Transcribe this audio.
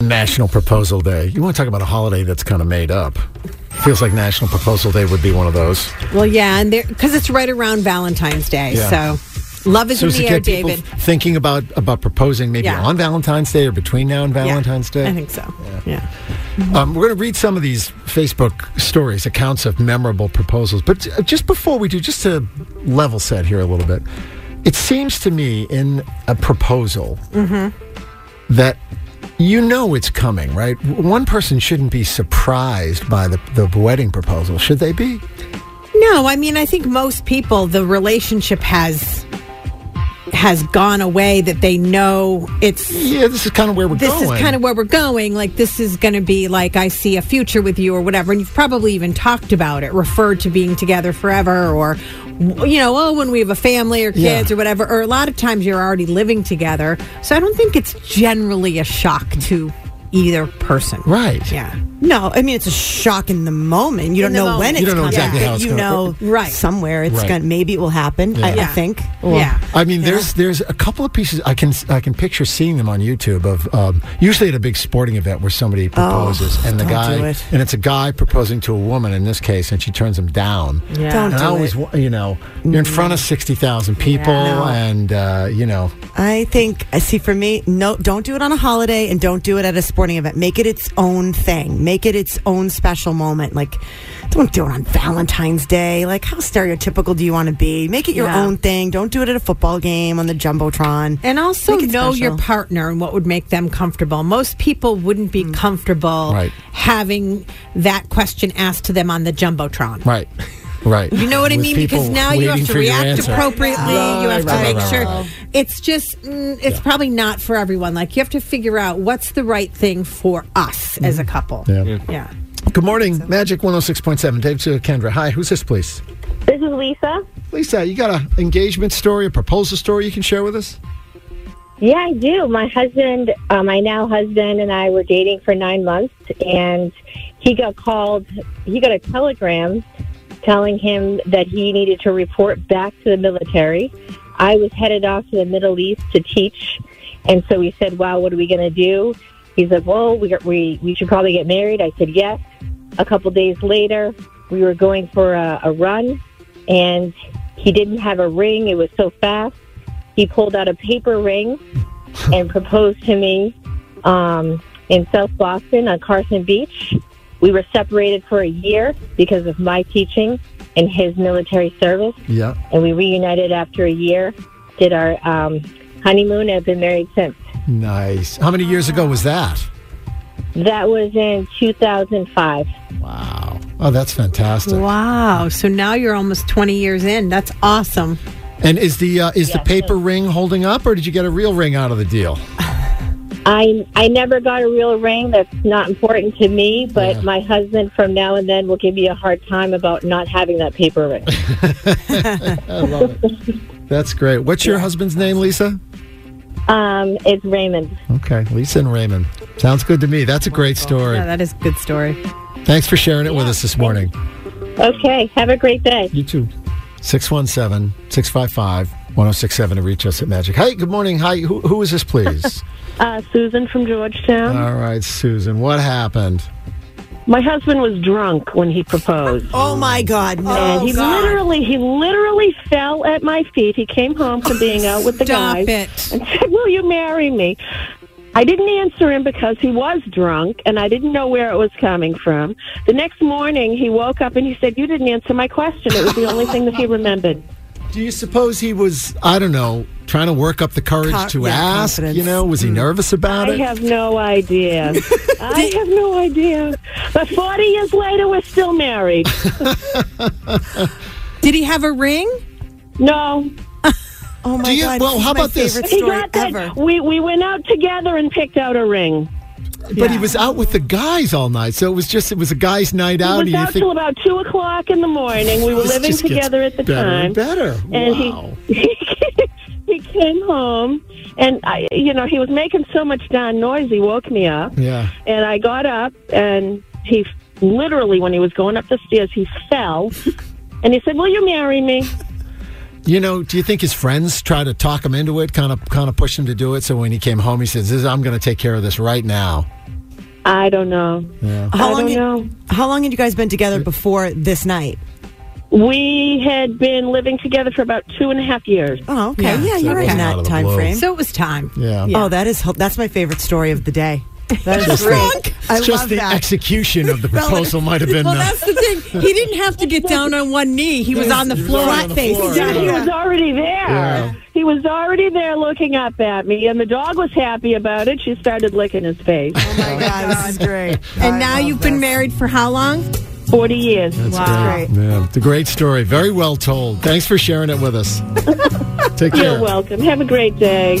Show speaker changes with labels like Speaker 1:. Speaker 1: National Proposal Day. You want to talk about a holiday that's kind of made up? Feels like National Proposal Day would be one of those.
Speaker 2: Well, yeah, and because it's right around Valentine's Day,
Speaker 1: Yeah.
Speaker 2: so love is
Speaker 1: So
Speaker 2: in
Speaker 1: as to
Speaker 2: the air,
Speaker 1: get people
Speaker 2: David.
Speaker 1: thinking about about proposing maybe
Speaker 2: Yeah.
Speaker 1: on Valentine's Day or between now and
Speaker 2: Yeah,
Speaker 1: Valentine's Day.
Speaker 2: I think so. Yeah.
Speaker 1: Um, we're going to read some of these Facebook stories, accounts of memorable proposals. But uh, just before we do, just to level set here a little bit, it seems to me in a proposal
Speaker 2: Mm-hmm.
Speaker 1: that you know it's coming, right? W- One person shouldn't be surprised by the, the wedding proposal, should they be?
Speaker 2: No, I mean, I think most people, the relationship has has gone away that they know it's
Speaker 1: Yeah, this is kind of where we're
Speaker 2: this
Speaker 1: going.
Speaker 2: is kind of where we're going. Like, this is going to be like, I see a future with you or whatever. And you've probably even talked about it, referred to being together forever or, you know, oh, when we have a family or
Speaker 1: Yeah.
Speaker 2: kids or whatever. Or a lot of times you're already living together. So I don't think it's generally a shock to either person.
Speaker 1: Right.
Speaker 2: Yeah.
Speaker 3: No, I mean it's a shock in the moment. You
Speaker 2: In
Speaker 3: don't
Speaker 2: the
Speaker 3: know
Speaker 2: moment.
Speaker 3: when it's
Speaker 2: You
Speaker 1: don't know
Speaker 3: coming,
Speaker 1: exactly
Speaker 3: but
Speaker 1: how it's
Speaker 3: you
Speaker 1: gonna-
Speaker 3: know
Speaker 2: Right.
Speaker 3: somewhere it's
Speaker 1: Right.
Speaker 3: gonna maybe it will happen. I, I
Speaker 2: Yeah.
Speaker 3: think.
Speaker 2: Yeah.
Speaker 1: I mean, there's there's a couple of pieces I can I can picture seeing them on YouTube of um, usually at a big sporting event where
Speaker 2: Oh,
Speaker 1: somebody proposes and the
Speaker 3: don't do
Speaker 1: guy
Speaker 3: it.
Speaker 1: and it's a guy proposing to a woman in this case and she turns him down.
Speaker 2: Yeah.
Speaker 3: Don't
Speaker 1: And I
Speaker 3: do
Speaker 1: always,
Speaker 3: it.
Speaker 1: wa- you know, you're in front of sixty thousand people, and uh, you know,
Speaker 3: I think. I see. For me, no. Don't do it on a holiday, and don't do it at a sporting event. Make it its own thing. Make it its own special moment. Like, don't do it on Valentine's Day. Like, how stereotypical do you want to be? Make it your
Speaker 2: Yeah.
Speaker 3: own thing. Don't do it at a football game on the jumbotron.
Speaker 2: And also
Speaker 3: Make it
Speaker 2: know your
Speaker 3: special.
Speaker 2: partner and what would make them comfortable. Most people wouldn't
Speaker 3: Mm.
Speaker 2: be comfortable
Speaker 1: Right.
Speaker 2: having that question asked to them on the Jumbotron.
Speaker 1: right, right.
Speaker 2: You know what I
Speaker 1: With
Speaker 2: mean? Because
Speaker 1: people
Speaker 2: now you
Speaker 1: waiting
Speaker 2: have to
Speaker 1: for your
Speaker 2: react
Speaker 1: answer.
Speaker 2: appropriately. you have to
Speaker 1: right,
Speaker 2: make
Speaker 1: right,
Speaker 2: sure
Speaker 1: right.
Speaker 2: it's just mm, it's probably not for everyone. Like you have to figure out what's the right thing for us as a couple.
Speaker 1: Mm-hmm. Yeah.
Speaker 2: yeah.
Speaker 1: Good morning, Magic one hundred six point seven. Dave to Kendra. Hi, who's this, please?
Speaker 4: This is Lisa.
Speaker 1: Lisa, you got a engagement story, a proposal story you can share with us?
Speaker 4: Yeah, I do. My husband, uh, my now husband, and I were dating for nine months, and he got called, he got a telegram telling him that he needed to report back to the military. I was headed off to the Middle East to teach, and so we said, Wow, what are we going to do? He's like, Well, we, got, we, we should probably get married. I said, Yes. A couple days later, we were going for a, a run, and he didn't have a ring. It was so fast. He pulled out a paper ring and proposed to me um, in South Boston on Carson Beach. We were separated for a year because of my teaching and his military service,
Speaker 1: Yeah.
Speaker 4: and we reunited after a year, did our um, honeymoon, and have been married since.
Speaker 1: Nice. How many years ago was that?
Speaker 4: That was in 2005.
Speaker 1: Wow. Oh, that's fantastic.
Speaker 2: Wow. So now you're almost 20 years in. That's awesome.
Speaker 1: And is the uh, is the
Speaker 4: Yeah,
Speaker 1: paper ring holding up, or did you get a real ring out of the deal?
Speaker 4: I I never got a real ring. That's not important to me. But
Speaker 1: Yeah.
Speaker 4: my husband, from now and then, will give me a hard time about not having that paper ring.
Speaker 1: I love it. That's great. What's your husband's name, Lisa?
Speaker 4: um, it's Raymond.
Speaker 1: Okay, Lisa and Raymond. Sounds good to me. That's a great story.
Speaker 2: Yeah, that is a good story.
Speaker 1: Thanks for sharing it with us this morning.
Speaker 4: Okay. Have a great day.
Speaker 1: You too. 617 655 1067 to reach us at Magic. Hi, good morning. Hi, who, who is this, please?
Speaker 5: Uh, Susan from Georgetown.
Speaker 1: All right, Susan, what happened?
Speaker 5: My husband was drunk when he proposed.
Speaker 3: Oh my God! No.
Speaker 5: and he literally, he literally fell at my feet. He came home from being out with the
Speaker 2: Stop
Speaker 5: guys
Speaker 2: it.
Speaker 5: and said, "Will you marry me?" I didn't answer him because he was drunk and I didn't know where it was coming from. The next morning, he woke up and he said, "You didn't answer my question." It was the only thing that he remembered.
Speaker 1: Do you suppose he was, I don't know, trying to work up the courage
Speaker 3: Co-
Speaker 1: to
Speaker 3: yeah,
Speaker 1: ask? You
Speaker 3: confidence. Mm.
Speaker 1: know, was he nervous about
Speaker 5: I
Speaker 1: it?
Speaker 5: have no idea. I have no idea. But 40 years later, we're still married.
Speaker 2: Did he have a ring?
Speaker 5: No,
Speaker 3: Oh my
Speaker 1: Do you-
Speaker 3: God!
Speaker 1: well,
Speaker 3: this is
Speaker 1: how
Speaker 3: my
Speaker 1: about this?
Speaker 3: favorite
Speaker 5: He
Speaker 3: story
Speaker 5: got that.
Speaker 3: ever.
Speaker 5: We we went out together and picked out a ring.
Speaker 1: But he was out with the guys all night, so it was just it was a guys' night out.
Speaker 4: was
Speaker 1: and you
Speaker 4: out
Speaker 1: think-
Speaker 4: till about two o'clock in the morning. We were
Speaker 1: This
Speaker 4: living
Speaker 1: just gets
Speaker 4: together at the
Speaker 1: better
Speaker 4: time.
Speaker 1: and better.
Speaker 4: And
Speaker 1: Wow.
Speaker 4: he he came home, and I, you know, he was making so much darn noise. He woke me up.
Speaker 1: Yeah.
Speaker 4: And I got up, and he literally, when he was going up the stairs, he fell. And he said, "Will you marry me?"
Speaker 1: You know, do you think his friends try to talk him into it, kind of kind of push him to do it? So when he came home, he says, this, "I'm going to take care of this right now."
Speaker 4: I don't know.
Speaker 1: Yeah.
Speaker 3: How
Speaker 4: I
Speaker 3: long?
Speaker 4: don't
Speaker 3: had-
Speaker 4: know.
Speaker 3: How long had you guys been together before this night?
Speaker 4: We had been living together for about two and a half years.
Speaker 3: Oh, okay.
Speaker 2: Yeah,
Speaker 3: Yeah,
Speaker 2: so it
Speaker 3: you're right in
Speaker 1: wasn't out
Speaker 3: that
Speaker 1: of the
Speaker 3: time
Speaker 1: blue.
Speaker 3: frame.
Speaker 2: So it was time.
Speaker 1: Yeah.
Speaker 3: Oh, that is that's my favorite story of the day. That is great. I
Speaker 1: Just
Speaker 3: love
Speaker 1: the
Speaker 3: that.
Speaker 1: execution of the proposal might have been.
Speaker 2: Well,
Speaker 1: uh,
Speaker 2: that's the thing. He didn't have to get down on one knee. He was on the
Speaker 1: he was
Speaker 2: floor,
Speaker 1: already on the
Speaker 2: face.
Speaker 1: floor,
Speaker 4: Yeah, he
Speaker 1: Yeah.
Speaker 4: was already there.
Speaker 1: Yeah.
Speaker 4: He was already there looking up at me, and the dog was happy about it. She started licking his face.
Speaker 3: oh my god, this is great.
Speaker 2: And
Speaker 3: I
Speaker 2: now
Speaker 3: love
Speaker 2: you've been
Speaker 3: this.
Speaker 2: married for how long?
Speaker 4: 40 years.
Speaker 3: That's great.
Speaker 1: yeah, it's a great story. Very well told. Thanks for sharing it with us. Take care.
Speaker 4: You're welcome. Have a great day.